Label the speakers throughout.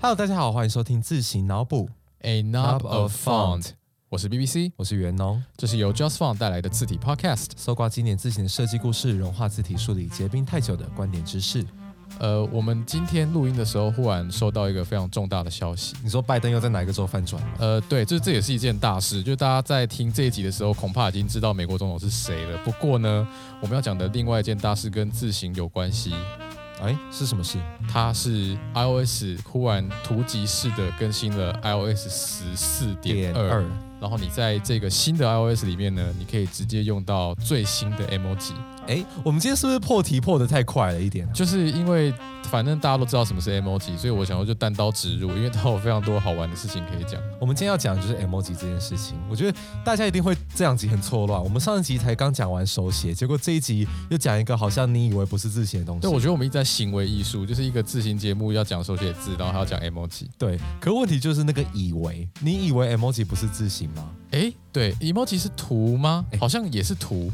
Speaker 1: Hello，大家好，欢迎收听自行脑补，
Speaker 2: A Knob of Font。我是 BBC，
Speaker 1: 我是袁农。
Speaker 2: 这是由 Just Font 带来的字体 Podcast。
Speaker 1: 搜刮经典字型的设计故事，融化字体梳理结冰太久的观点知识。
Speaker 2: 呃，我们今天录音的时候，忽然收到一个非常重大的消息。
Speaker 1: 你说拜登又在哪一个州翻转吗？
Speaker 2: 呃，对，这这也是一件大事。就大家在听这一集的时候，恐怕已经知道美国总统是谁了。不过呢，我们要讲的另外一件大事跟字形有关系，
Speaker 1: 哎，是什么事？
Speaker 2: 它是 iOS 忽然突击式的更新了 iOS 十四点二，然后你在这个新的 iOS 里面呢，你可以直接用到最新的 emoji。
Speaker 1: 哎，我们今天是不是破题破的太快了一点啊？
Speaker 2: 就是因为反正大家都知道什么是 emoji，所以我想说就单刀直入，因为它有非常多好玩的事情可以讲。
Speaker 1: 我们今天要讲的就是 emoji 这件事情，我觉得大家一定会这两集很错乱。我们上一集才刚讲完手写，结果这一集又讲一个好像你以为不是字写的东西。
Speaker 2: 对，我觉得我们一直在行为艺术，就是一个字形节目要讲手写字，然后还要讲 emoji。
Speaker 1: 对，可问题就是那个以为，你以为 emoji 不是字形吗？
Speaker 2: 诶，对，emoji 是图吗
Speaker 1: 诶？
Speaker 2: 好像也是图。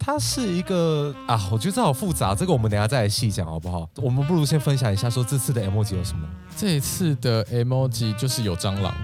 Speaker 1: 它是一个啊，我觉得这好复杂，这个我们等一下再来细讲好不好？我们不如先分享一下，说这次的 emoji 有什么？
Speaker 2: 这一次的 emoji 就是有蟑螂，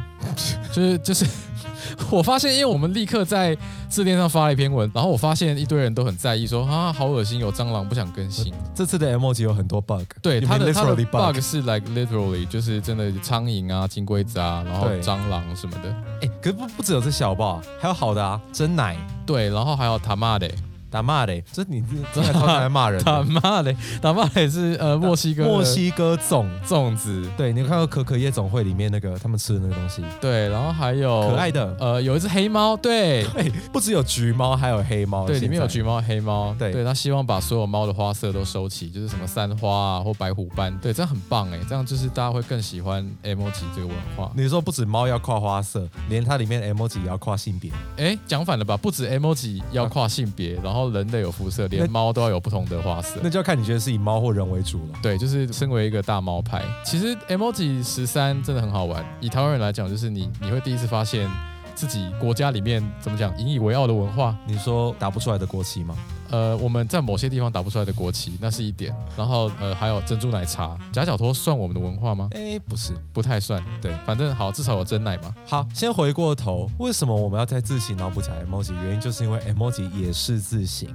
Speaker 2: 就是就是 我发现，因为我们立刻在字典上发了一篇文，然后我发现一堆人都很在意说啊，好恶心，有蟑螂，不想更新。
Speaker 1: 这次的 emoji 有很多 bug，
Speaker 2: 对，
Speaker 1: You
Speaker 2: 它
Speaker 1: mean
Speaker 2: 的它的
Speaker 1: literally
Speaker 2: bug 是 like literally，就是真的苍蝇啊、金龟子啊，然后
Speaker 1: 对
Speaker 2: 蟑螂什么的。
Speaker 1: 哎，可是不不只有这小吧，还有好的啊，真奶
Speaker 2: 对，然后还有塔玛的，
Speaker 1: 打骂的，这你这真的超常来骂人
Speaker 2: 塔
Speaker 1: 的。
Speaker 2: 玛的，塔玛的是呃墨西哥的
Speaker 1: 墨西哥粽，
Speaker 2: 粽子。
Speaker 1: 对，你有看到可可夜总会里面那个他们吃的那个东西，
Speaker 2: 对，然后还有
Speaker 1: 可爱的。
Speaker 2: 呃有一只黑猫，对
Speaker 1: 哦哎，不只有橘猫，还有黑猫。
Speaker 2: 对，里面有
Speaker 1: 现
Speaker 2: 橘猫、黑猫，
Speaker 1: 对
Speaker 2: 对，他希望把所有猫的花色都收齐，就是什么三花啊或白虎斑，对，这样很棒哎，这样就是大家会更喜欢 emoji 这个文化
Speaker 1: 在。。你说不止猫要跨花色，连它里面的 emoji 也要跨性别。
Speaker 2: 哎，讲反了吧？不止 emoji 要跨性别，然后人类有肤色，
Speaker 1: 那
Speaker 2: 连猫都要有不同的花色。
Speaker 1: 那就要看你觉得是以猫或人为主了。
Speaker 2: 对，就是身为一个大猫派，其实 emoji 十三真的很好玩。以台湾人来讲，就是你你会第一次发现自己国家里面怎么讲引以为傲的文化。
Speaker 1: 你说打不出来的国旗吗？
Speaker 2: 呃，我们在某些地方打不出来的国旗，那是一点。然后呃，还有珍珠奶茶、夹脚拖算我们的文化吗？
Speaker 1: 哎，不是。
Speaker 2: 不太算。
Speaker 1: 对，
Speaker 2: 反正好，至少有真奶嘛。
Speaker 1: 好，先回过头，为什么我们要在字形脑补讲 emoji？原因就是因为 emoji 也是字形。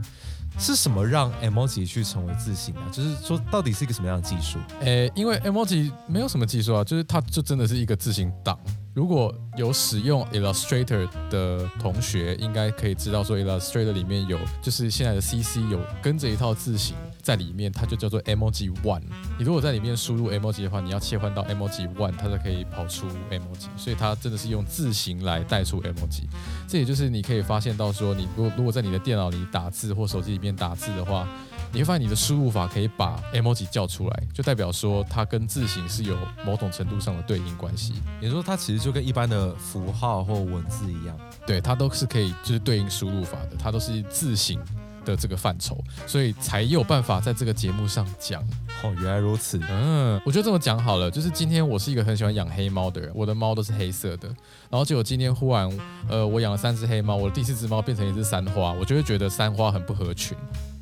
Speaker 1: 是什么让 emoji 去成为字形啊？就是说，到底是一个什么样的技术？
Speaker 2: 诶，因为 emoji 没有什么技术啊，就是它就真的是一个字形档。如果有使用 Illustrator 的同学，应该可以知道说 Illustrator 里面有，就是现在的 CC 有跟着一套字形在里面，它就叫做 emoji one。你如果在里面输入 emoji 的话，你要切换到 emoji one，它才可以跑出 emoji。所以它真的是用字形来带出 emoji。这也就是你可以发现到说，你如果如果在你的电脑里打字或手机里面打字的话，你会发现你的输入法可以把 emoji 叫出来，就代表说它跟字形是有某种程度上的对应关系。
Speaker 1: 也就是说，它其实就跟一般的符号或文字一样。
Speaker 2: 对，它都是可以就是对应输入法的，它都是字形的这个范畴，所以才有办法在这个节目上讲。
Speaker 1: 哦，原来如此。
Speaker 2: 嗯，我就这么讲好了。就是今天我是一个很喜欢养黑猫的人，我的猫都是黑色的。然后结果今天忽然，呃，我养了三只黑猫，我的第四只猫变成一只三花，我就会觉得三花很不合群。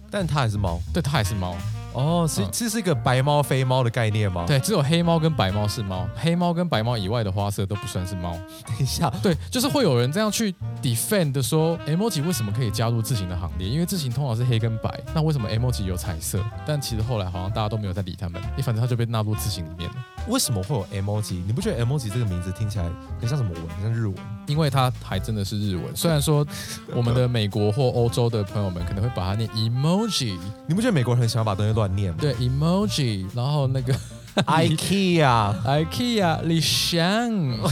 Speaker 1: 但它还是猫。
Speaker 2: 对，它还是猫。
Speaker 1: 哦，是
Speaker 2: 嗯
Speaker 1: 这是一个白猫非猫的概念吗？，
Speaker 2: 对，只有黑猫跟白猫是猫，黑猫跟白猫以外的花色都不算是猫。
Speaker 1: 等一下，
Speaker 2: 对，就是会有人这样去 defend 的说，emoji 为什么可以加入字形的行列？因为字形通常是黑跟白，那为什么 emoji 有彩色？但其实后来好像大家都没有在理他们，你反正它就被纳入字形里面了，
Speaker 1: 为什么会有 emoji？你不觉得 emoji 这个名字听起来很像什么文？很像日文？
Speaker 2: 因为它还真的是日文。虽然说我们的美国或欧洲的朋友们可能会把它念 emoji，
Speaker 1: 你不觉得美国人很喜欢把东西乱念吗
Speaker 2: 对 emoji，然后那个
Speaker 1: ？IKEA。
Speaker 2: IKEA 李翔，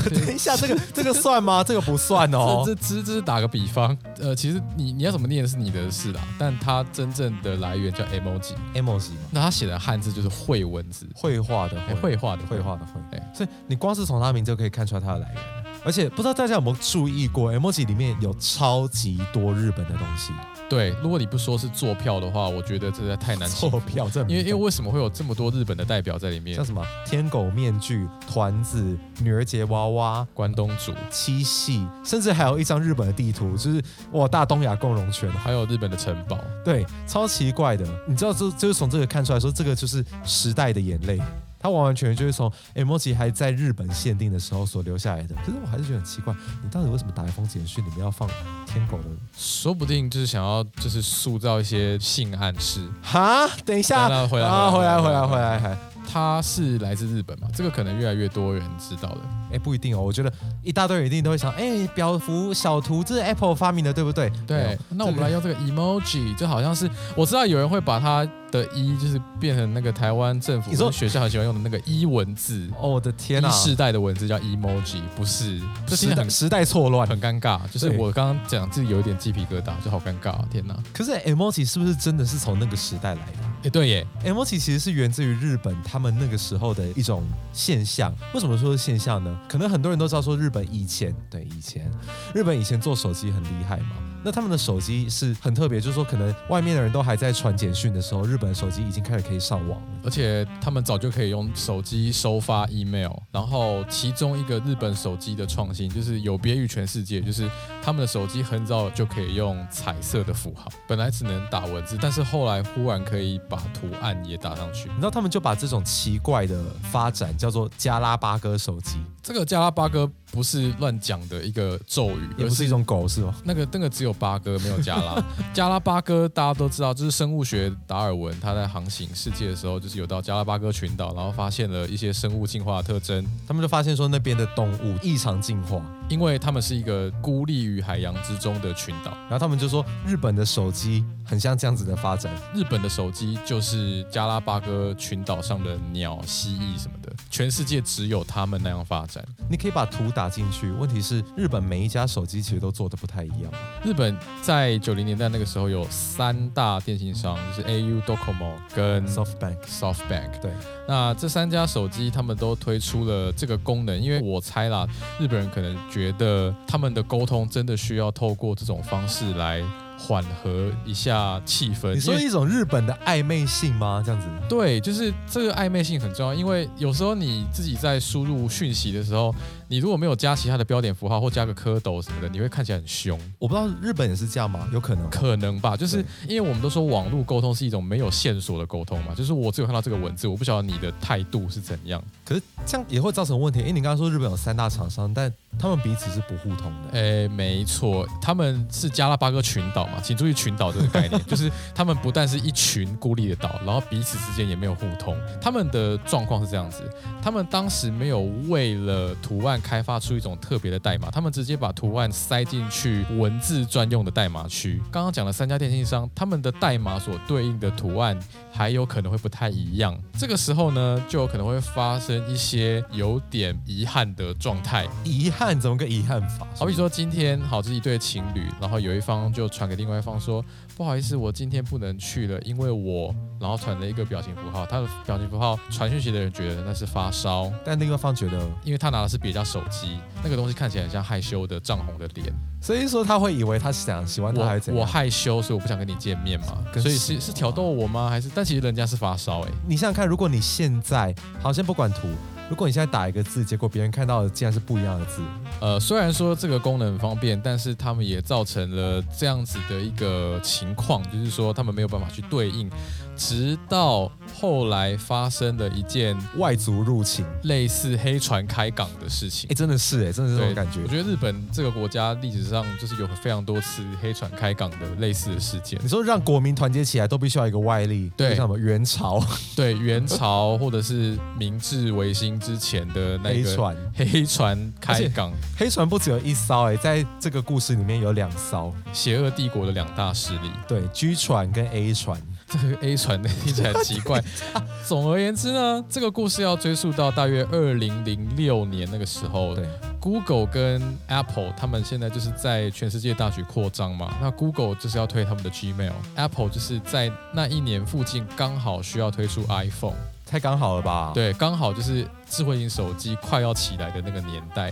Speaker 1: 等一下，这个这个算吗？这个不算哦。
Speaker 2: 这这只这是打个比方，呃，其实你你要怎么念是你的事啦，但它真正的来源叫 emoji，
Speaker 1: emoji 嘛，
Speaker 2: 那它写的汉字就是绘文字，
Speaker 1: 绘画的
Speaker 2: 哎，
Speaker 1: 绘，
Speaker 2: 绘画的
Speaker 1: 绘，画的绘。
Speaker 2: 哎
Speaker 1: 所以你光是从它名字就可以看出来它的来源。而且不知道大家有没有注意过，emoji 里面有超级多日本的东西，
Speaker 2: 对。如果你不说是坐票的话，我觉得这实在太难
Speaker 1: 错
Speaker 2: 写。
Speaker 1: 票这
Speaker 2: 因为因为为什么会有这么多日本的代表在里面
Speaker 1: 像？什么天狗面具、团子、女儿节娃娃。
Speaker 2: 关东煮，
Speaker 1: 七系，甚至还有一张日本的地图，就是哇，大东亚共荣圈，
Speaker 2: 还有日本的城堡。
Speaker 1: 对，超奇怪的。你知道，这就是从这个看出来说，这个就是时代的眼泪，它完完全全就是从 emoji 还在日本限定的时候所留下来的。可是我还是觉得很奇怪，你到底为什么打一封简讯里面要放天狗的？
Speaker 2: 说不定就是想要就是塑造一些性暗示。
Speaker 1: 哈，等一下
Speaker 2: 来来回来
Speaker 1: 啊，回
Speaker 2: 回
Speaker 1: 来
Speaker 2: 来
Speaker 1: 回来回
Speaker 2: 回
Speaker 1: 来
Speaker 2: 来
Speaker 1: 还。哎、
Speaker 2: 它是来自日本嘛？这个可能越来越多人知道了。
Speaker 1: 不一定哦，我觉得一大堆人一定都会想，哎、表符小图这是 Apple 发明的，对不对？没有
Speaker 2: 对，那我们来用这个 emoji，就好像是我知道有人会把它的“一”就是变成那个台湾政府
Speaker 1: 你说
Speaker 2: 跟学校很喜欢用的那个“一”文字，
Speaker 1: 哦，我的天哪、
Speaker 2: 一世代的文字叫 emoji，不是？
Speaker 1: 时
Speaker 2: 这听起来
Speaker 1: 代
Speaker 2: 很
Speaker 1: 时代错乱。
Speaker 2: 很尴尬，就是
Speaker 1: 对
Speaker 2: 我刚刚讲自己有一点鸡皮疙瘩，就好尴尬、啊，天哪！
Speaker 1: 可是 emoji 是不是真的是从那个时代来的？
Speaker 2: 哎，对耶，
Speaker 1: emoji 其实是源自于日本他们那个时候的一种现象。为什么说是现象呢？可能很多人都知道说日本以前，对以前，日本以前做手机很厉害嘛。那他们的手机是很特别，就是说可能外面的人都还在传简讯的时候，日本的手机已经开始可以上网了。
Speaker 2: 而且他们早就可以用手机收发 email，然后其中一个日本手机的创新就是有别于全世界，就是他们的手机很早就可以用彩色的符号，本来只能打文字，但是后来忽然可以把图案也打上去。
Speaker 1: 你知道他们就把这种奇怪的发展叫做加拉巴哥手机，
Speaker 2: 这个加拉巴哥不是乱讲的一个咒语，
Speaker 1: 也不
Speaker 2: 而
Speaker 1: 是
Speaker 2: 是
Speaker 1: 一种狗是吗？
Speaker 2: 那个那个只有八哥没有加拉，加拉巴哥大家都知道，就是生物学达尔文他在航行世界的时候，就是有到加拉巴哥群岛，然后发现了一些生物进化的特征，
Speaker 1: 他们就发现说那边的动物异常进化，
Speaker 2: 因为他们是一个孤立于海洋之中的群岛。
Speaker 1: 然后他们就说日本的手机很像这样子的发展，
Speaker 2: 日本的手机就是加拉巴哥群岛上的鸟、蜥蜴什么的，全世界只有他们那样发展。
Speaker 1: 你可以把图打进去，问题是日本每一家手机其实都做的不太一样。
Speaker 2: 日本在九零年代那个时候有三大电信商，就是 AU、Docomo 跟
Speaker 1: SoftBank
Speaker 2: SoftBank。
Speaker 1: 对，
Speaker 2: 那这三家手机他们都推出了这个功能，因为我猜啦，日本人可能觉得他们的沟通真的需要透过这种方式来缓和一下气氛。
Speaker 1: 你说
Speaker 2: 因为
Speaker 1: 一种日本的暧昧性吗？这样子，
Speaker 2: 对，就是这个暧昧性很重要，因为有时候你自己在输入讯息的时候，你如果没有加其他的标点符号或加个蝌蚪什么的，你会看起来很凶。
Speaker 1: 我不知道日本也是这样吗？有可能。
Speaker 2: 可能吧，就是
Speaker 1: 对
Speaker 2: 因为我们都说网络沟通是一种没有线索的沟通嘛，就是我只有看到这个文字，我不晓得你的态度是怎样。
Speaker 1: 可是这样也会造成问题，因为你刚刚说日本有三大厂商，但他们彼此是不互通的。
Speaker 2: 诶，没错，他们是加拉巴哥群岛嘛，请注意“群岛”这个概念，就是他们不但是一群孤立的岛，然后彼此之间也没有互通。他们的状况是这样子，他们当时没有为了图案开发出一种特别的代码，他们直接把图案塞进去文字专用的代码区。刚刚讲的三家电信商，他们的代码所对应的图案还有可能会不太一样。这个时候呢，就有可能会发生一些有点遗憾的状态。
Speaker 1: 遗憾怎么个遗憾法？
Speaker 2: 好比说今天好这是一对情侣，然后有一方就传给另外一方说，不好意思，我今天不能去了，因为我，然后传了一个表情符号，他的表情符号传讯息的人觉得那是发烧，
Speaker 1: 但另一方觉得，
Speaker 2: 因为他拿的是别人家手机，那个东西看起来很像害羞的涨红的脸，
Speaker 1: 所以说他会以为他是想喜欢他还是
Speaker 2: 我
Speaker 1: 怎
Speaker 2: 我
Speaker 1: 样。
Speaker 2: 害羞，所以我不想跟你见面嘛，
Speaker 1: 跟
Speaker 2: 所以
Speaker 1: 什么
Speaker 2: 是是挑逗我吗？还是但其实人家是发烧哎、
Speaker 1: 你想想看，如果你现在好，先不管图，如果你现在打一个字，结果别人看到的竟然是不一样的字，
Speaker 2: 呃，虽然说这个功能很方便，但是他们也造成了这样子的一个情况，就是说他们没有办法去对应，直到后来发生了一件
Speaker 1: 外族入侵，
Speaker 2: 类似黑船开港的事情
Speaker 1: 哎、。真的是哎、真的是这种
Speaker 2: 对
Speaker 1: 感觉
Speaker 2: 我。觉得日本这个国家历史上就是有非常多次黑船开港的类似的事件
Speaker 1: 你，说让国民团结起来，都必须要有一个外力，
Speaker 2: 对
Speaker 1: 就像什么元朝
Speaker 2: 对元朝或者是明治维新之前的那
Speaker 1: 黑
Speaker 2: 个
Speaker 1: 船，
Speaker 2: 黑船
Speaker 1: 而
Speaker 2: 开
Speaker 1: 且
Speaker 2: 港，
Speaker 1: 黑船不只有一艘哎、在这个故事里面有两艘，
Speaker 2: 邪恶帝国的两大势力。
Speaker 1: 对，G 船跟 A 船。
Speaker 2: 这个 A 船的听起来很奇怪。啊总而言之呢，这个故事要追溯到大约二零零六年那个时候
Speaker 1: 对
Speaker 2: ，Google 跟 Apple 他们现在就是在全世界大举扩张嘛。那 Google 就是要推他们的 Gmail，Apple 就是在那一年附近刚好需要推出 iPhone，
Speaker 1: 太刚好了吧？，
Speaker 2: 对，刚好就是智慧型手机快要起来的那个年代。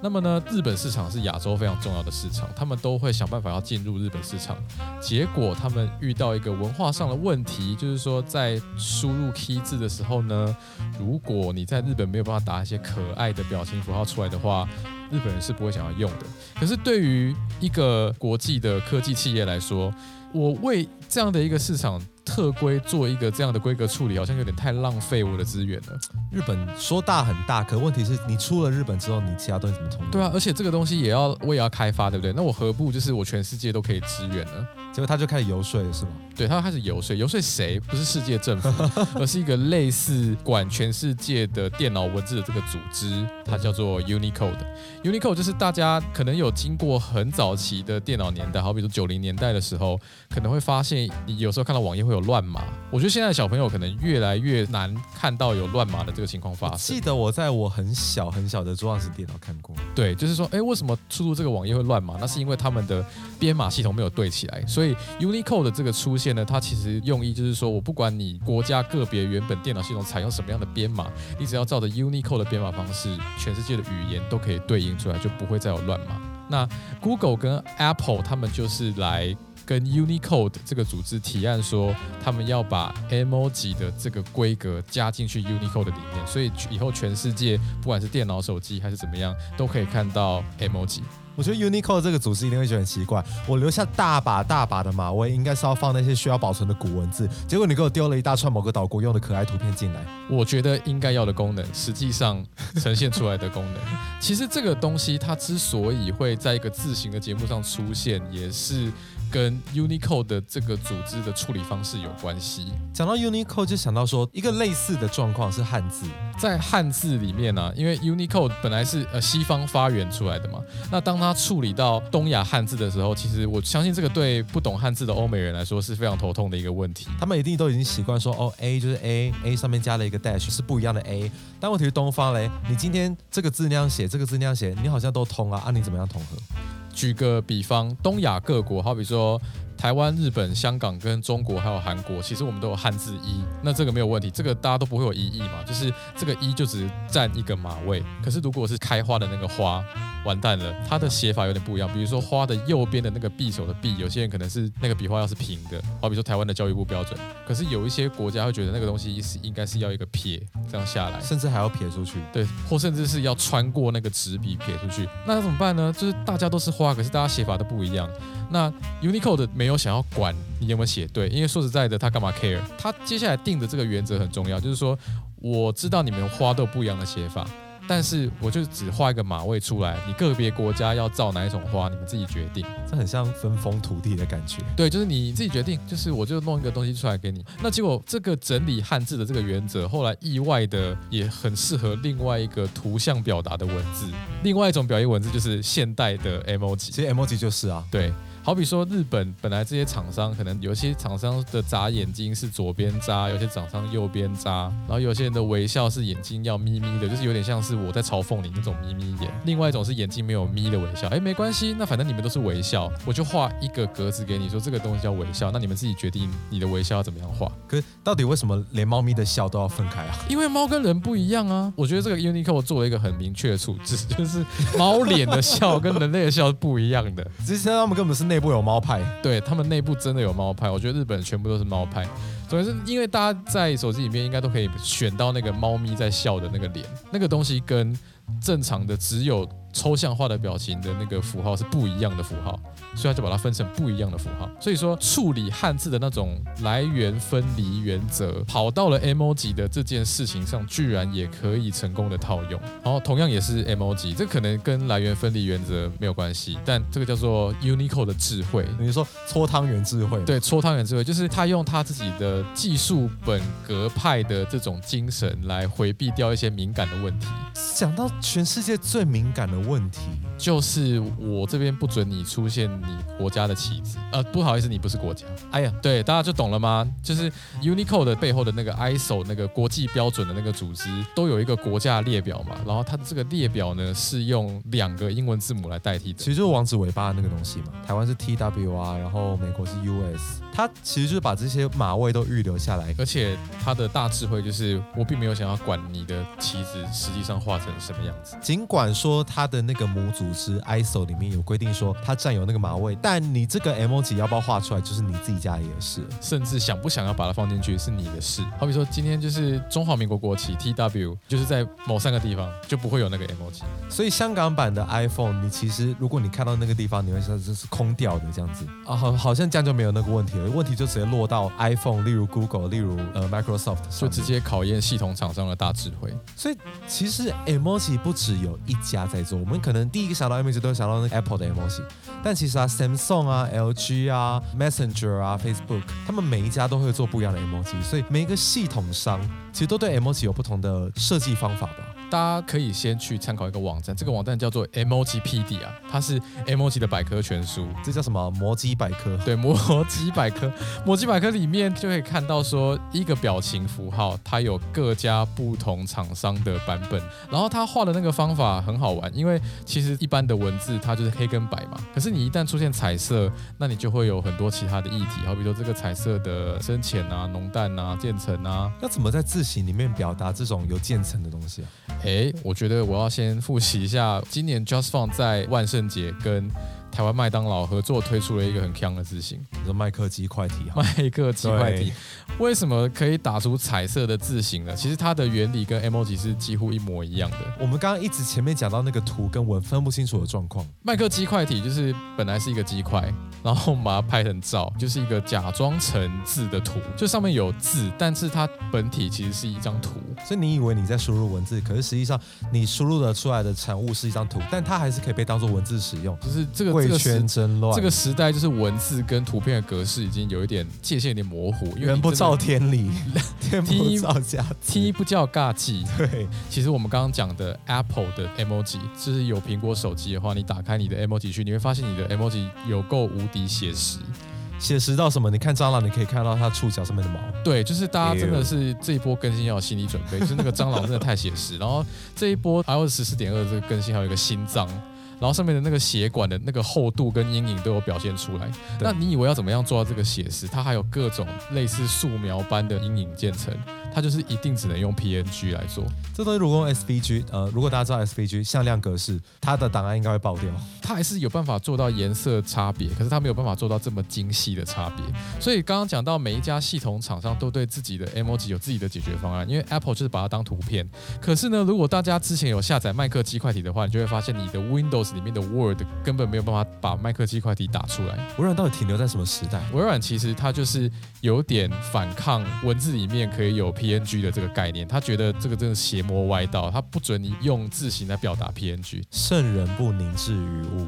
Speaker 2: 那么呢，日本市场是亚洲非常重要的市场，他们都会想办法要进入日本市场。结果他们遇到一个文化上的问题，就是说在输入 key 字的时候呢，如果你在日本没有办法打一些可爱的表情符号出来的话，日本人是不会想要用的。可是对于一个国际的科技企业来说，我为这样的一个市场特规做一个这样的规格处理，好像有点太浪费我的资源了。
Speaker 1: 日本说大很大，可问题是你出了日本之后，你其他东西怎么通？
Speaker 2: 对啊，而且这个东西也要我也要开发，对不对？那我何不就是我全世界都可以支援呢？
Speaker 1: 结果他就开始游说了，是吗？
Speaker 2: 对，他开始游说，游说谁？不是世界政府， 而是一个类似管全世界的电脑文字的这个组织，它叫做 Unicode。Unicode 就是大家可能有经过很早期的电脑年代，好比说九零年代的时候，可能会发现你有时候看到网页会有乱码。我觉得现在的小朋友可能越来越难看到有乱码的这个情况发生
Speaker 1: 记。得我在我很小很小的桌上型电脑看过，
Speaker 2: 对，就是说，哎，为什么出入这个网页会乱码？那是因为他们的编码系统没有对起来。所以 Unicode 的这个出现呢，它其实用意就是说我不管你国家个别原本电脑系统采用什么样的编码，你只要照着 Unicode 的编码方式，全世界的语言都可以对应出来，就不会再有乱码。那 Google 跟 Apple 他们就是来。跟 Unicode 这个组织提案说，他们要把 emoji 的这个规格加进去 Unicode 里面，所以以后全世界不管是电脑、手机还是怎么样，都可以看到 emoji。
Speaker 1: 我觉得 Unicode 这个组织一定会觉得很奇怪。我留下大把大把的码位，应该是要放那些需要保存的古文字，结果你给我丢了一大串某个岛国用的可爱图片进来。
Speaker 2: 我觉得应该要的功能，实际上呈现出来的功能， 其实这个东西它之所以会在一个自行的节目上出现，也是跟 Unicode 的这个组织的处理方式有关系。
Speaker 1: 讲到 Unicode 就想到说一个类似的状况是汉字，
Speaker 2: 在汉字里面呢、啊因为 Unicode 本来是呃西方发源出来的嘛，那当它处理到东亚汉字的时候，其实我相信这个对不懂汉字的欧美人来说是非常头痛的一个问题。
Speaker 1: 他们一定都已经习惯说哦 A 就是 A，A 上面加了一个 dash 是不一样的 A。但问题是东方嘞，你今天这个字那样写，这个字那样写，你好像都通啊，啊你怎么样统合？
Speaker 2: 举个比方，东亚各国，好比说台湾、日本、香港跟中国还有韩国，其实我们都有汉字一，那这个没有问题，这个大家都不会有疑义嘛，就是这个一就只占一个马位。可是如果是开花的那个花，完蛋了，它的写法有点不一样。比如说花的右边的那个匕首的匕，有些人可能是那个笔画要是平的，好比说台湾的教育部标准，可是有一些国家会觉得那个东西是应该是要一个撇这样下来。
Speaker 1: 甚至还要撇出去。
Speaker 2: 对，或甚至是要穿过那个纸笔撇出去，那怎么办呢？就是大家都是花，可是大家写法都不一样。那 Unicode 没有想要管你有没有写对，因为说实在的，他干嘛 care？他接下来定的这个原则很重要，就是说我知道你们花都有不一样的写法，但是我就只画一个马位出来，你个别国家要造哪一种花，你们自己决定。
Speaker 1: 这很像分封土地的感觉。
Speaker 2: 对，就是你自己决定，就是我就弄一个东西出来给你。那结果这个整理汉字的这个原则，后来意外的也很适合另外一个图像表达的文字，另外一种表意文字就是现代的 emoji。
Speaker 1: 其实 emoji 就是啊，
Speaker 2: 对，好比说日本本来这些厂商可能有些厂商的眨眼睛是左边眨，有些厂商右边眨，然后有些人的微笑是眼睛要眯眯的，就是有点像是我在嘲讽你那种眯眯眼。另外一种是眼睛没有眯的微笑，哎，没关系，那反正你们都是微笑，我就画一个格子给你说这个东西叫微笑，那你们自己决定你的微笑要怎么样画。
Speaker 1: 可是到底为什么连猫咪的笑都要分开啊？
Speaker 2: 因为猫跟人不一样啊，我觉得这个 Unicode 做了一个很明确的处置，就是猫脸的笑跟人类的笑是不一样的。
Speaker 1: 其实他们根本是内部有猫派，
Speaker 2: 对他们内部真的有猫派，我觉得日本全部都是猫派。总之，因为大家在手机里面应该都可以选到那个猫咪在笑的那个脸，那个东西跟正常的只有抽象化的表情的那个符号是不一样的符号，所以他就把它分成不一样的符号。所以说，处理汉字的那种来源分离原则，跑到了 emoji 的这件事情上，居然也可以成功的套用。然后，同样也是 emoji，这可能跟来源分离原则没有关系，但这个叫做 Unicode 的智慧。
Speaker 1: 你说搓汤圆智慧，，
Speaker 2: 对，搓汤圆智慧就是他用他自己的技术本格派的这种精神来回避掉一些敏感的问题。
Speaker 1: 讲到全世界最敏感的问题，
Speaker 2: 就是我这边不准你出现你国家的旗子，呃，不好意思，你不是国家。 哎呀，对，大家就懂了吗？就是 Unicode 的背后的那个 ISO 那个国际标准的那个组织，都有一个国家列表嘛。然后它这个列表呢是用两个英文字母来代替的
Speaker 1: 其。实就是网址尾巴的那个东西嘛。台湾是 TW 啊，然后美国是 US，它其实就是把这些马位都预留下来。
Speaker 2: 而且他的大智慧就是，我并没有想要管你的棋子实际上画成什么样子。
Speaker 1: 尽管说它的那个母组织 ISO 里面有规定说它占有那个码位，但你这个 M O 几要不要画出来，就是你自己家里的事。
Speaker 2: 甚至想不想要把它放进去是你的事。好比说，今天就是中华民国国旗 T W，就是在某三个地方就不会有那个 emoji。
Speaker 1: 所以香港版的 iPhone，你其实如果你看到那个地方，你会说这是空掉的这样子啊，好，好像这样就没有那个问题了，问题就直接落到 iPhone，例如 Google，例如呃 Microsoft，
Speaker 2: 就
Speaker 1: 上面
Speaker 2: 直。接考验系统厂商的大智慧。
Speaker 1: 所以其实 emoji 不只有一家在做，我们可能第一个想到 emoji 都会想到那个 Apple 的 emoji，但其实啊，Samsung 啊、LG 啊、Messenger 啊、Facebook，他们每一家都会做不一样的 emoji，所以每一个系统商其实都对 emoji 有不同的设计方法吧。
Speaker 2: 大家可以先去参考一个网站，这个网站叫做 Emoji PD 啊，它是 Emoji 的百科全书。
Speaker 1: 这叫什么？摩基百科。
Speaker 2: 对， 摩基百科，摩基百科里面就可以看到说，一个表情符号它有各家不同厂商的版本，然后他画的那个方法很好玩，因为其实一般的文字它就是黑跟白嘛，可是你一旦出现彩色，那你就会有很多其他的议题，好比说这个彩色的深浅啊、浓淡啊、渐层啊。
Speaker 1: 要怎么在字形里面表达这种有渐层的东西啊？
Speaker 2: 诶，我觉得我要先复习一下，今年 Just Fun 在万圣节跟台湾麦当劳合作推出了一个很强的字型。
Speaker 1: 你说麦克鸡快题哈，
Speaker 2: 麦克鸡块
Speaker 1: 对
Speaker 2: 体，为什么可以打出彩色的字形呢？其实它的原理跟 emoji 是几乎一模一样的。
Speaker 1: 我们刚刚一直前面讲到那个图跟文分不清楚的状况，
Speaker 2: 麦克鸡块体就是本来是一个鸡块，然后我们把它拍成照，就是一个假装成字的图，就上面有字，但是它本体其实是一张图。
Speaker 1: 所以你以为你在输入文字，可是实际上你输入的出来的产物是一张图，但它还是可以被当做文字使用，
Speaker 2: 就是这个
Speaker 1: 贵
Speaker 2: 这个时
Speaker 1: 圈真乱，
Speaker 2: 这个时代，就是文字跟图片的格式已经有一点界限，有点模糊，因为
Speaker 1: 人不照
Speaker 2: 照
Speaker 1: 天理， 天不
Speaker 2: 踢
Speaker 1: 照家
Speaker 2: ，T 不叫尬技。
Speaker 1: 对，
Speaker 2: 其实我们刚刚讲的 Apple 的 emoji，就是有苹果手机的话，你打开你的 emoji 去，你会发现你的 emoji 有够无敌写实。
Speaker 1: 写实到什么？你看蟑螂，你可以看到它触角上面的毛。
Speaker 2: 对，就是大家真
Speaker 1: Ew
Speaker 2: 的是这一波更新要有心理准备，就是那个蟑螂真的太写实。然后这一波 iOS 十四点二这个更新还有一个心脏，然后上面的那个血管的那个厚度跟阴影都有表现出来。
Speaker 1: 对
Speaker 2: 那你以为要怎么样做到这个写实？它还有各种类似素描般的阴影渐层，它就是一定只能用 PNG 来做。
Speaker 1: 这东西如果用 SVG，呃，如果大家知道 SVG 向量格式，它的档案应该会爆掉。
Speaker 2: 它还是有办法做到颜色差别，可是它没有办法做到这么精细的差别。所以刚刚讲到，每一家系统厂商都对自己的 emoji 有自己的解决方案，因为 Apple 就是把它当图片。可是呢，如果大家之前有下载麦克鸡块体的话，你就会发现你的 Windows 里面的 Word 根本没有办法把麦克鸡块体打出来。
Speaker 1: 微软到底停留在什么时代？
Speaker 2: 微软其实它就是有点反抗文字里面可以有 PNG 的这个概念，他觉得这个真的邪魔歪道，他不准你用字形来表达 PNG，
Speaker 1: 圣人不凝滞于物。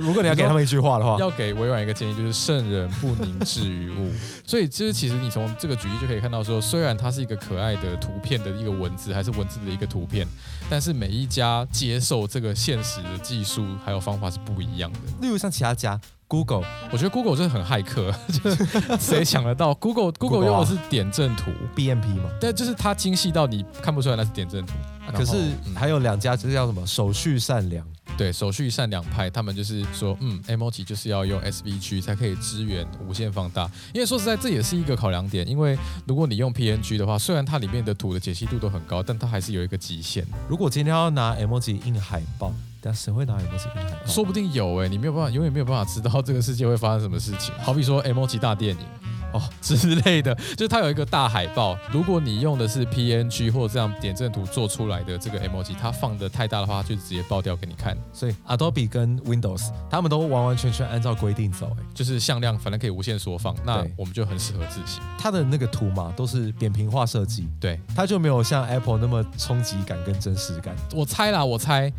Speaker 1: 如果你要给他们一句话的话，
Speaker 2: 要给微软一个建议，就是圣人不凝滞于物。所以，就是其实你从这个举例就可以看到说虽然它是一个可爱的图片的一个文字，还是文字的一个图片，但是每一家接受这个现实的技术还有方法是不一样的。
Speaker 1: 例如像其他家 Google，
Speaker 2: 我觉得 Google 真的很骇客， 就是谁想得到 Google Google 用的是点阵图，
Speaker 1: BMP 嘛，
Speaker 2: 但就是它精细到你看不出来那是点阵图。然后
Speaker 1: 可是
Speaker 2: 嗯
Speaker 1: 还有两家，这叫什么？手续善良，
Speaker 2: 对手续善良派，他们就是说，嗯，emoji 就是要用 SVG 才可以支援无限放大。因为说实在，这也是一个考量点。因为如果你用 PNG 的话，虽然它里面的图的解析度都很高，但它还是有一个极限。
Speaker 1: 如果今天要拿 emoji 印海报，但谁会拿 emoji 印海报？
Speaker 2: 说不定有诶、欸你没有办法，永远没有办法知道这个世界会发生什么事情。好比说 emoji 大电影。哦之类的，就是它有一个大海报。如果你用的是 PNG 或这样点阵图做出来的这个 emoji，它放的太大的话，它就直接爆掉给你看。
Speaker 1: 所以 Adobe 跟 Windows 他们都完完全全按照规定走、欸，
Speaker 2: 就是向量，反正可以无限缩放，那
Speaker 1: 对
Speaker 2: 我们就很适合自行。
Speaker 1: 它的那个图嘛都是扁平化设计，
Speaker 2: 对
Speaker 1: 它就没有像 Apple 那么冲击感跟真实感。
Speaker 2: 我猜啦，我猜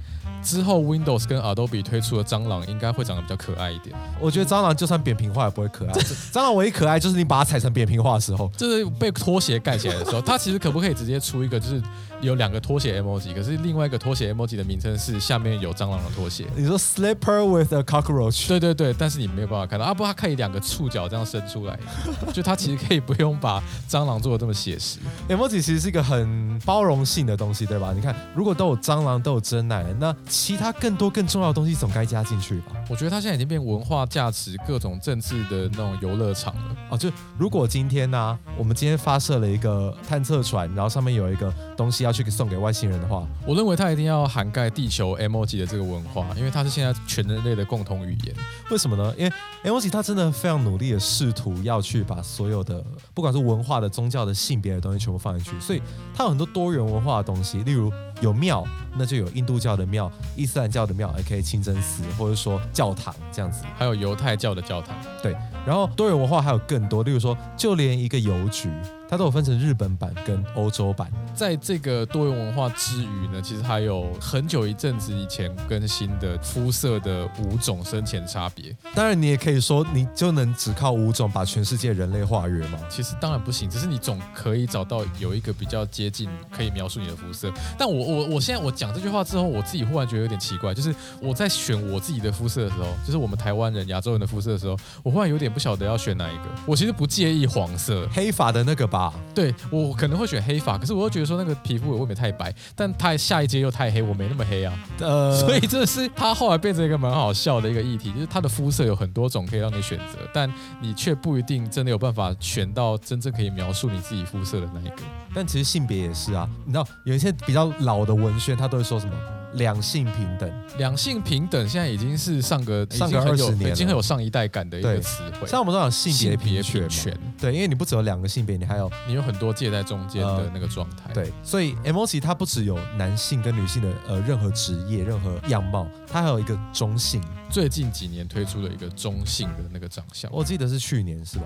Speaker 2: 之后 Windows 跟 Adobe 推出的蟑螂应该会长得比较可爱一点，
Speaker 1: 我觉得蟑螂就算扁平化也不会可爱，蟑螂唯一可爱就是你把它踩成扁平化的时候，
Speaker 2: 就是被拖鞋盖起来的时候，它其实可不可以直接出一个，就是有两个拖鞋 emoji，可是另外一个拖鞋 emoji 的名称是下面有蟑螂的拖鞋。
Speaker 1: 你说 slipper with a cockroach，
Speaker 2: 对对对，但是你没有办法看到啊，不，它可以两个触角这样伸出来，就它其实可以不用把蟑螂做的这么写实。
Speaker 1: emoji 其实是一个很包容性的东西，对吧？你看，如果都有蟑螂，都有真奶了，那其他更多更重要的东西总该加进去吧？
Speaker 2: 我觉得它现在已经变文化价值、各种政治的那种游乐场了。
Speaker 1: 哦，就就是如果今天呢、我们今天发射了一个探测船，然后上面有一个东西要去给送给外星人的话，
Speaker 2: 我认为它一定要涵盖地球 emoji 的这个文化，因为它是现在全人类的共同语言。
Speaker 1: 为什么呢？因为 m o 他真的非常努力的试图要去把所有的不管是文化的、宗教的、性别的东西全部放进去，所以他有很多多元文化的东西，例如有庙，那就有印度教的庙、伊斯兰教的庙，也可以清真寺，或者说教堂这样子。
Speaker 2: 还有犹太教的教堂，
Speaker 1: 然后多元文化还有更多，例如说，就连一个邮局，它都有分成日本版跟欧洲版。
Speaker 2: 在这个多元文化之余呢，其实还有很久一阵子以前更新的肤色的五种深浅差别。
Speaker 1: 当然，你也可以说，你就能只靠五种把全世界人类化约吗？
Speaker 2: 其实当然不行，只是你总可以找到有一个比较接近可以描述你的肤色。但我我我现在我讲这句话之后，我自己忽然觉得有点奇怪，就是我在选我自己的肤色的时候，就是我们台湾人、亚洲人的肤色的时候，我忽然有点不晓得要选哪一个。我其实不介意黄色，
Speaker 1: 黑发的那个吧，
Speaker 2: 对我可能会选黑发，可是我又觉得说那个皮肤也未免太白，但太下一阶又太黑，我没那么黑啊。
Speaker 1: 呃，
Speaker 2: 所以这是他后来变成一个蛮好笑的一个议题，就是他的肤色有很多种可以让你选择，但你却不一定真的有办法选到真正可以描述你自己肤色的那一个。
Speaker 1: 但其实性别也是啊，你知道有一些比较老的文宣，它都会说什么两性平等。
Speaker 2: 两性平等现在已经是上个
Speaker 1: 上个
Speaker 2: 已经很有
Speaker 1: 20年了
Speaker 2: 已经很有上一代感的一个
Speaker 1: 对
Speaker 2: 词汇，
Speaker 1: 像我们都讲性别平权
Speaker 2: 性别
Speaker 1: 嘛，对，因为你不只有两个性别，你还有
Speaker 2: 你有很多介在中间的那个状态。
Speaker 1: 呃对，所以 emoji 它不只有男性跟女性的呃任何职业、任何样貌，它还有一个中性。
Speaker 2: 最近几年推出了一个中性的那个长相。
Speaker 1: 我记得是去年是吧？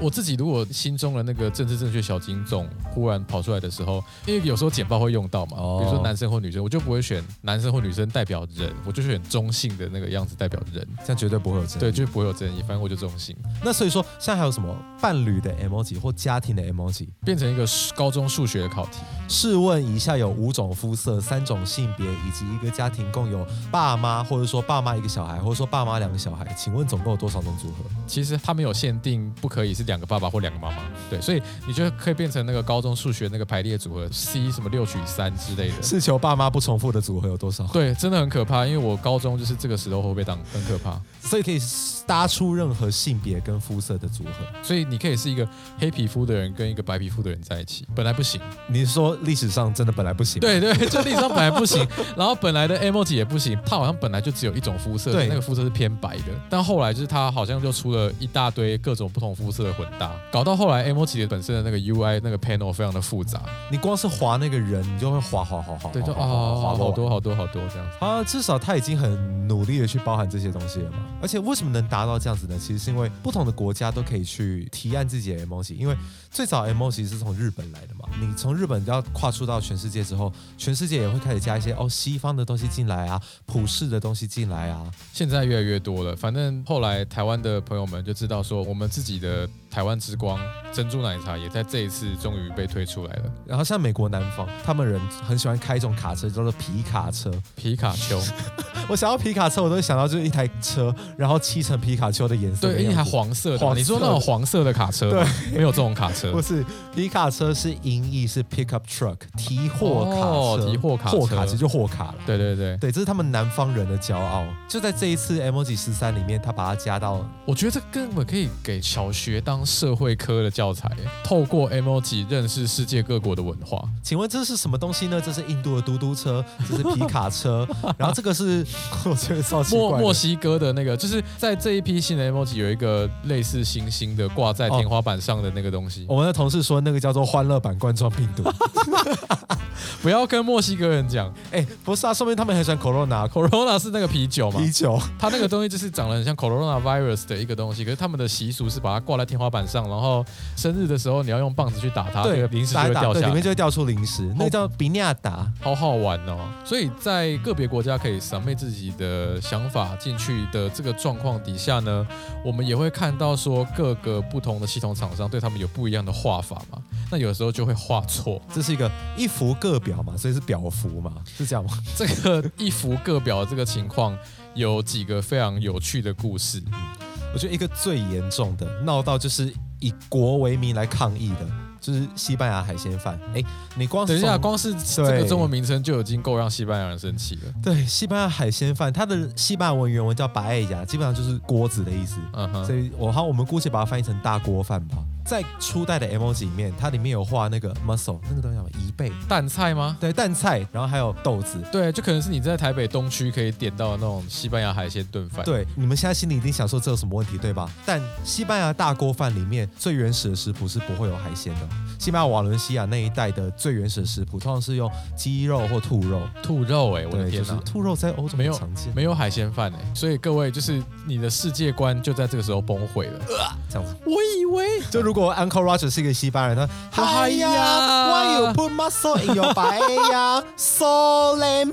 Speaker 2: 我自己如果心中的那个政治正确小金总忽然跑出来的时候，因为有时候简报会用到嘛，
Speaker 1: 哦
Speaker 2: 比如说男生或女生，我就不会选男生或女生代表人，我就选中性的那个样子代表人，
Speaker 1: 这样绝对不会有争议。
Speaker 2: 对，就是不会有争议，反正我就中性，
Speaker 1: 那所以说，现在还有什么伴侣的 emoji 或家庭的 emoji？
Speaker 2: 变成一个数高中数学的考题。
Speaker 1: 试问以下有五种肤色、三种性别以及一个家庭共有爸妈，或者说爸妈一个小孩，或者说爸妈两个小孩，请问总共有多少种组合？
Speaker 2: 其实他没有限定不可以是两个爸爸或两个妈妈，对，所以你就可以变成那个高中数学那个排列组合 C 什么六取三之类的。
Speaker 1: 是求爸妈不重复的组合有多少？
Speaker 2: 对，真的很可怕，因为我高中就是这个石头后被挡，很可怕。
Speaker 1: 所以可以搭出任何性别跟肤色的组合。
Speaker 2: 所以你可以是一个黑皮肤的人跟一个白皮肤的人在一起，本来不行，
Speaker 1: 你是说历史上真的本来不行吗？
Speaker 2: 对对，就历史上本来不 行，然后本来的 emoji 也不行，它好像本来就只有一种肤色，
Speaker 1: 对
Speaker 2: 那个肤色是偏白的，但后来就是它好像就出了一大堆各种不同肤色的混搭，搞到后来 emoji 的本身的那个 UI 那个 panel 非常的复杂，
Speaker 1: 你光是划那个人，你就会划划划划，
Speaker 2: 对，就
Speaker 1: 划
Speaker 2: 啊、
Speaker 1: 划划划
Speaker 2: 哦，
Speaker 1: 划
Speaker 2: 好
Speaker 1: 不
Speaker 2: 多
Speaker 1: 完。
Speaker 2: 好多好多这样子。
Speaker 1: 啊，至少他已经很努力的去包含这些东西了嘛。而且为什么能达到这样子呢？其实是因为不同的国家都可以去提案自己的 emoji，因为最早 emoji 是从日本来的嘛。你从日本要跨出到全世界之后，全世界也会开始加一些哦西方的东西进来啊，普世的东西进来啊。
Speaker 2: 现在越来越多了。反正后来台湾的朋友们就知道说，我们自己的台湾之光珍珠奶茶也在这一次终于被推出来了。
Speaker 1: 然后像美国南方，他们人很喜欢开一种卡车叫做皮卡车。
Speaker 2: 皮卡丘，
Speaker 1: 我想到皮卡车，我都会想到就是一台车，然后漆成皮卡丘的颜色的
Speaker 2: 对，
Speaker 1: 样子。
Speaker 2: 一台黄色的嘛，
Speaker 1: 黄色的
Speaker 2: 你说那种黄色的卡车吗，没有这种卡 车
Speaker 1: 不。是皮卡车是音译是 pickup truck 提货卡
Speaker 2: 哦
Speaker 1: 车，
Speaker 2: 提货卡车
Speaker 1: 货卡其实就货卡了。
Speaker 2: 对对对，
Speaker 1: 对，这是他们南方人的骄傲。就在这一次 emoji 十三里面，他把它加到
Speaker 2: 我觉得这根本可以给小学当社会科的教材，透过 emoji 认识世界各国的文化。
Speaker 1: 请问这是什么东西呢？这是印度的嘟嘟车，这是皮卡车， 然后这个是 我觉得超奇
Speaker 2: 墨
Speaker 1: 怪
Speaker 2: 墨
Speaker 1: 的。
Speaker 2: 西哥的那个，就是在这一批新的 emoji 有一个类似星星的挂在
Speaker 1: 哦
Speaker 2: 天花板上的那个东西。
Speaker 1: 我们的同事说那个叫做欢乐版冠状病 毒。
Speaker 2: 不要跟墨西哥人讲
Speaker 1: 哎、不是啊，说明他们很喜欢 corona
Speaker 2: ，Corona 是那个啤酒嘛
Speaker 1: 啤，酒。
Speaker 2: 它那个东西就是长得很像 Corona virus 的一个东西，可是他们的习俗是把它挂在天花板上，然后生日的时候你要用棒子去打它，那个啊零食就
Speaker 1: 打
Speaker 2: 会
Speaker 1: 一打
Speaker 2: 掉
Speaker 1: 对，
Speaker 2: 下
Speaker 1: 里面
Speaker 2: 来。哦
Speaker 1: 就会掉出零食，那个叫比尼亚达。
Speaker 2: 好好玩哦！所以在个别国家可以 submit 自己的想法进去的这个状况底下呢，我们也会看到说各个不同的系统厂商对他们有不一样的画法嘛，那有时候就会画错。
Speaker 1: 这是一个一幅各表嘛，所以是表幅嘛，是这样吗？
Speaker 2: 这个一幅各表这个情况有几个非常有趣的故事。
Speaker 1: 我觉得一个最严重的闹到就是以国为名来抗议的，就是西班牙海鲜饭。哎，你光
Speaker 2: 等一下，
Speaker 1: 从
Speaker 2: 光是这个中文名称就已经够让西班牙人生气了。
Speaker 1: 对西班牙海鲜饭，它的西班牙文原文叫白艾牙，基本上就是锅子的意思。
Speaker 2: 嗯
Speaker 1: 所
Speaker 2: 哼，
Speaker 1: 以我好，我们姑且把它翻译成大锅饭吧。在初代的 M O 里面，它里面有画那个 muscle 那个东西叫什么？贻贝，
Speaker 2: 蛋菜吗？
Speaker 1: 对，蛋菜，然后还有豆子。
Speaker 2: 对，就可能是你在台北东区可以点到的那种西班牙海鲜炖饭。，
Speaker 1: 对，你们现在心里一定想说这有什么问题，对吧？但西班牙大锅饭里面最原始的食谱是不会有海鲜的。西班牙瓦伦西亚那一带的最原始的食谱，通常是用鸡肉或兔肉。
Speaker 2: 兔肉哎、我
Speaker 1: 对，
Speaker 2: 的
Speaker 1: 就
Speaker 2: 天
Speaker 1: 是
Speaker 2: 哪！
Speaker 1: 兔肉在欧洲
Speaker 2: 没
Speaker 1: 很
Speaker 2: 有
Speaker 1: 常见，
Speaker 2: 没有海鲜饭哎，所以各位就是你的世界观就在这个时候崩毁了。
Speaker 1: 这样子。
Speaker 2: 我以为
Speaker 1: 就如果 Uncle Roger 是一个西班牙人，他
Speaker 2: 哎
Speaker 1: 哎
Speaker 2: 呀
Speaker 1: 呀，Why you put muscle in your paella so lame？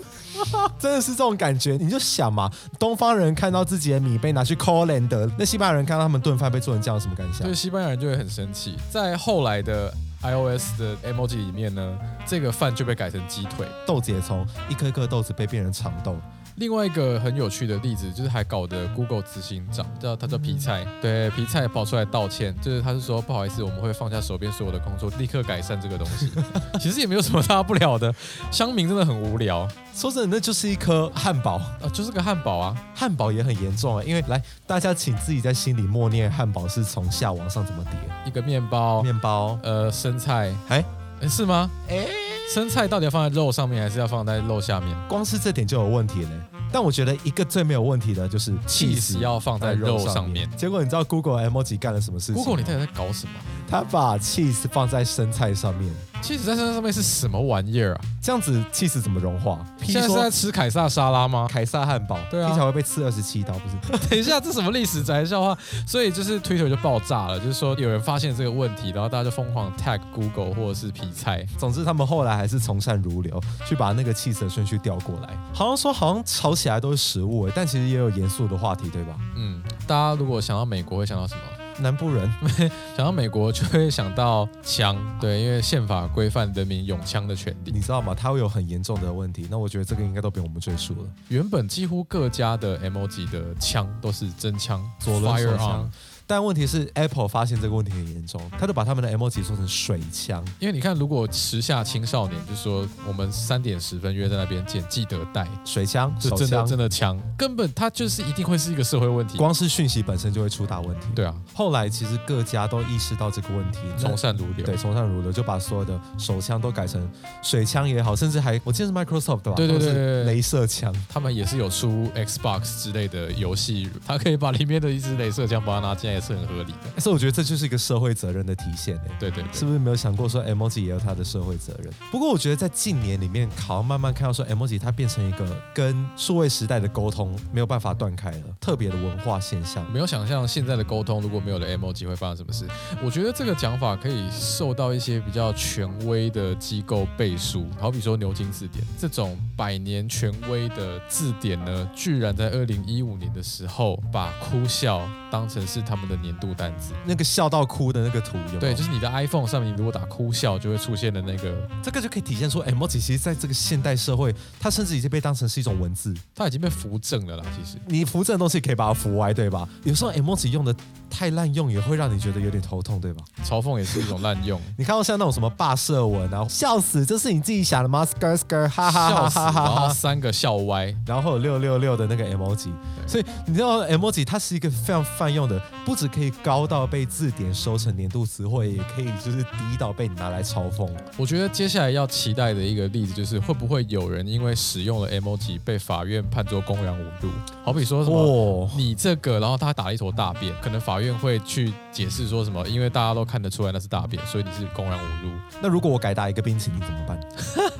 Speaker 1: 真 的是这种感觉，你就想嘛，东方人看到自己的米被拿去 c o l a n 的，那西班牙人看到他们炖饭被做成这样，有什么感想
Speaker 2: 就是？西班牙人就会很生气。在后来的 iOS 的 emoji 里面呢，这个饭就被改成鸡腿。
Speaker 1: 豆子也从一颗一颗豆子被变成长豆，
Speaker 2: 另外一个很有趣的例子，就是还搞得 Google 执行长叫他叫皮菜，
Speaker 1: 嗯
Speaker 2: 对皮菜跑出来道歉，就是他是说不好意思，我们会放下手边所有的工作，立刻改善这个东 西。其实也没有什么大不了的，乡民真的很无聊啊、哦
Speaker 1: 说真的，那就是一颗汉堡。
Speaker 2: 就是个汉堡啊。
Speaker 1: 汉堡也很严重啊，因为来，大家请自己在心里默念汉堡是从下往上怎么叠，
Speaker 2: 一个面包，
Speaker 1: 面包，
Speaker 2: 呃，生菜，
Speaker 1: 哎
Speaker 2: 诶是吗？
Speaker 1: 哎，
Speaker 2: 生菜到底要放在肉上面，还是要放在肉下面？
Speaker 1: 光是这点就有问题了。但我觉得一个最没有问题的就是
Speaker 2: 气死要放在肉上面。
Speaker 1: 结果你知道 Google emoji 干了什么事情
Speaker 2: Google，你到底在搞什么？
Speaker 1: 他把 cheese 放在生菜上面，
Speaker 2: 其实在生菜上面是什么玩意儿啊？
Speaker 1: 这样子 cheese 怎么融化？譬
Speaker 2: 现在
Speaker 1: 如
Speaker 2: 是在
Speaker 1: 说
Speaker 2: 吃凯撒沙拉吗？
Speaker 1: 凯撒汉堡，
Speaker 2: 对啊
Speaker 1: 听起来会被刺二十七刀，不是？
Speaker 2: 等一下，这什么历史宅笑话？所以就是 Twitter 就爆炸了，就是说有人发现这个问题，然后大家就疯狂 tag Google 或者是皮菜。
Speaker 1: 总之，他们后来还是从善如流，去把那个气 h 的顺序调过来。好像说，好像吵起来都是食物，但其实也有严肃的话题，对吧？
Speaker 2: 嗯，大家如果想到美国会想到什么？
Speaker 1: 南部人，
Speaker 2: 想到美国就会想到枪，对，因为宪法规范人民拥枪的权利。
Speaker 1: 你知道吗？他会有很严重的问题。那我觉得这个应该都不用我们赘述了。
Speaker 2: 原本几乎各家的 emoji 的枪都是真枪，
Speaker 1: 左轮手
Speaker 2: fire
Speaker 1: 枪
Speaker 2: on。
Speaker 1: 但问题是，Apple 发现这个问题很严重，他就把他们的 emoji 做成水枪。
Speaker 2: 因为你看，如果时下青少年就说我们三点十分约在那边见，记得带，
Speaker 1: 水枪、
Speaker 2: 这
Speaker 1: 手
Speaker 2: 真的
Speaker 1: 枪，
Speaker 2: 真的枪，根本它就是一定会是一个社会问题。
Speaker 1: 光是讯息本身就会出大问题。，
Speaker 2: 对啊，
Speaker 1: 后来其实各家都意识到这个问题，那
Speaker 2: 从善如流。
Speaker 1: 对，从善如流，就把所有的手枪都改成水枪也好，甚至还我记得是 Microsoft 的吧？
Speaker 2: 对对对
Speaker 1: 或者
Speaker 2: 对
Speaker 1: 是
Speaker 2: 对
Speaker 1: 镭射枪。
Speaker 2: 他们也是有出 Xbox 之类的游戏，他可以把里面的一支镭射枪把它拿进来，也是很合理的。
Speaker 1: 所以我觉得这就是一个社会责任的体现诶。
Speaker 2: 对对对，
Speaker 1: 是不是没有想过说 emoji 也有它的社会责任？不过我觉得在近年里面，好像慢慢看到说 emoji 它变成一个跟数位时代的沟通没有办法断开了，特别的文化现象。
Speaker 2: 没有想象现在的沟通如果没有了 emoji 会发生什么事。我觉得这个讲法可以受到一些比较权威的机构背书，好比说牛津字典这种百年权威的字典呢，居然在二零一五年的时候把哭笑当成是他们的年度单字。
Speaker 1: 那个笑到哭的那个图有没有？
Speaker 2: 对，就是你的 iPhone 上面，你如果打哭笑，就会出现的那个，
Speaker 1: 这个就可以体现出 emoji 其实在这个现代社会，它甚至已经被当成是一种文字。
Speaker 2: 它已经被扶正了啦。其实，
Speaker 1: 你扶正的东西可以把它扶歪，对吧？有时候 emoji 用的太滥用，也会让你觉得有点头痛，对吧？
Speaker 2: 嘲讽也是一种滥用。
Speaker 1: 你看到像那种什么霸社文啊，笑死，这是你自己想的吗？skr skr，哈哈
Speaker 2: 笑
Speaker 1: 哈
Speaker 2: 死，
Speaker 1: 哈
Speaker 2: 然
Speaker 1: 哈
Speaker 2: 后
Speaker 1: 哈。
Speaker 2: 三个笑歪，
Speaker 1: 哦然后六六六的那个 emoji，所以你知道 emoji 它是一个非常泛用的，不止可以高到被字典收成年度词汇，也可以就是低到被你拿来嘲讽。
Speaker 2: 我觉得接下来要期待的一个例子就是，会不会有人因为使用了 emoji 被法院判作公然侮辱？好比说什么、
Speaker 1: 哦，
Speaker 2: 你这个，然后他打了一坨大便，可能法院会去解释说什么，因为大家都看得出来那是大便，所以你是公然侮辱。
Speaker 1: 那如果我改打一个冰淇淋怎么 办？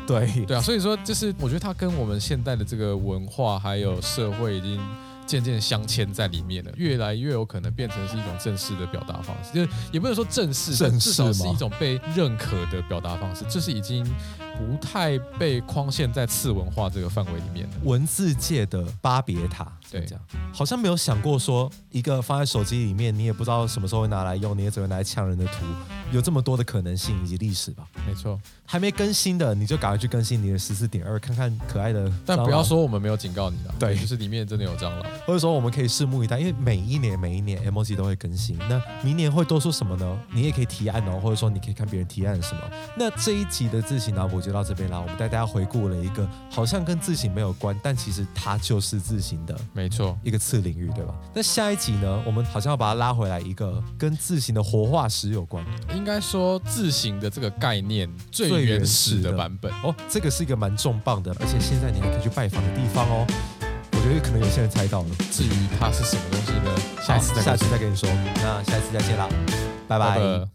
Speaker 1: 对，
Speaker 2: 对啊，所以说就是我觉得它跟我们现代的这个文化还有社会已经。渐渐镶嵌在里面了，越来越有可能变成是一种正式的表达方式，就是也不能说正式，
Speaker 1: 正
Speaker 2: 但至少
Speaker 1: 式
Speaker 2: 是
Speaker 1: 吗
Speaker 2: 一种被认可的表达方式，这是已经不太被框限在次文化这个范围里面了。
Speaker 1: 文字界的巴别塔，
Speaker 2: 对
Speaker 1: 这样好像没有想过说一个放在手机里面，你也不知道什么时候会拿来用，你也只会拿来呛人的图，有这么多的可能性以及历史吧。
Speaker 2: 没错。
Speaker 1: 还没更新的，你就赶快去更新你的十四点二，看看可爱的。
Speaker 2: 但不要，说我们没有警告你啦，
Speaker 1: 对
Speaker 2: 就是里面真的有蟑螂。
Speaker 1: 或者说我们可以拭目以待，因为每一年每一年 MOG 都会更新。那明年会多出什么呢？你也可以提案哦，或者说你可以看别人提案什么。那这一集的自省脑补就到这边啦，我们带大家回顾了一个好像跟自省没有关，但其实它就是自省的
Speaker 2: 没错，
Speaker 1: 一个次领域，对吧？那下一集呢，我们好像要把它拉回来一个跟自行的活化石有关
Speaker 2: 应该说自行的这个概念最
Speaker 1: 最原
Speaker 2: 原始
Speaker 1: 始
Speaker 2: 的
Speaker 1: 的
Speaker 2: 版本。
Speaker 1: 哦，这个是一个蛮重磅的，而且现在你还可以去拜访的地方哦。我觉得可能有些人猜到了，
Speaker 2: 至于它是什么东西呢？下次再
Speaker 1: 好下
Speaker 2: 告诉
Speaker 1: 次再跟你说。那下次再见啦，拜
Speaker 2: 你
Speaker 1: 拜。
Speaker 2: 好的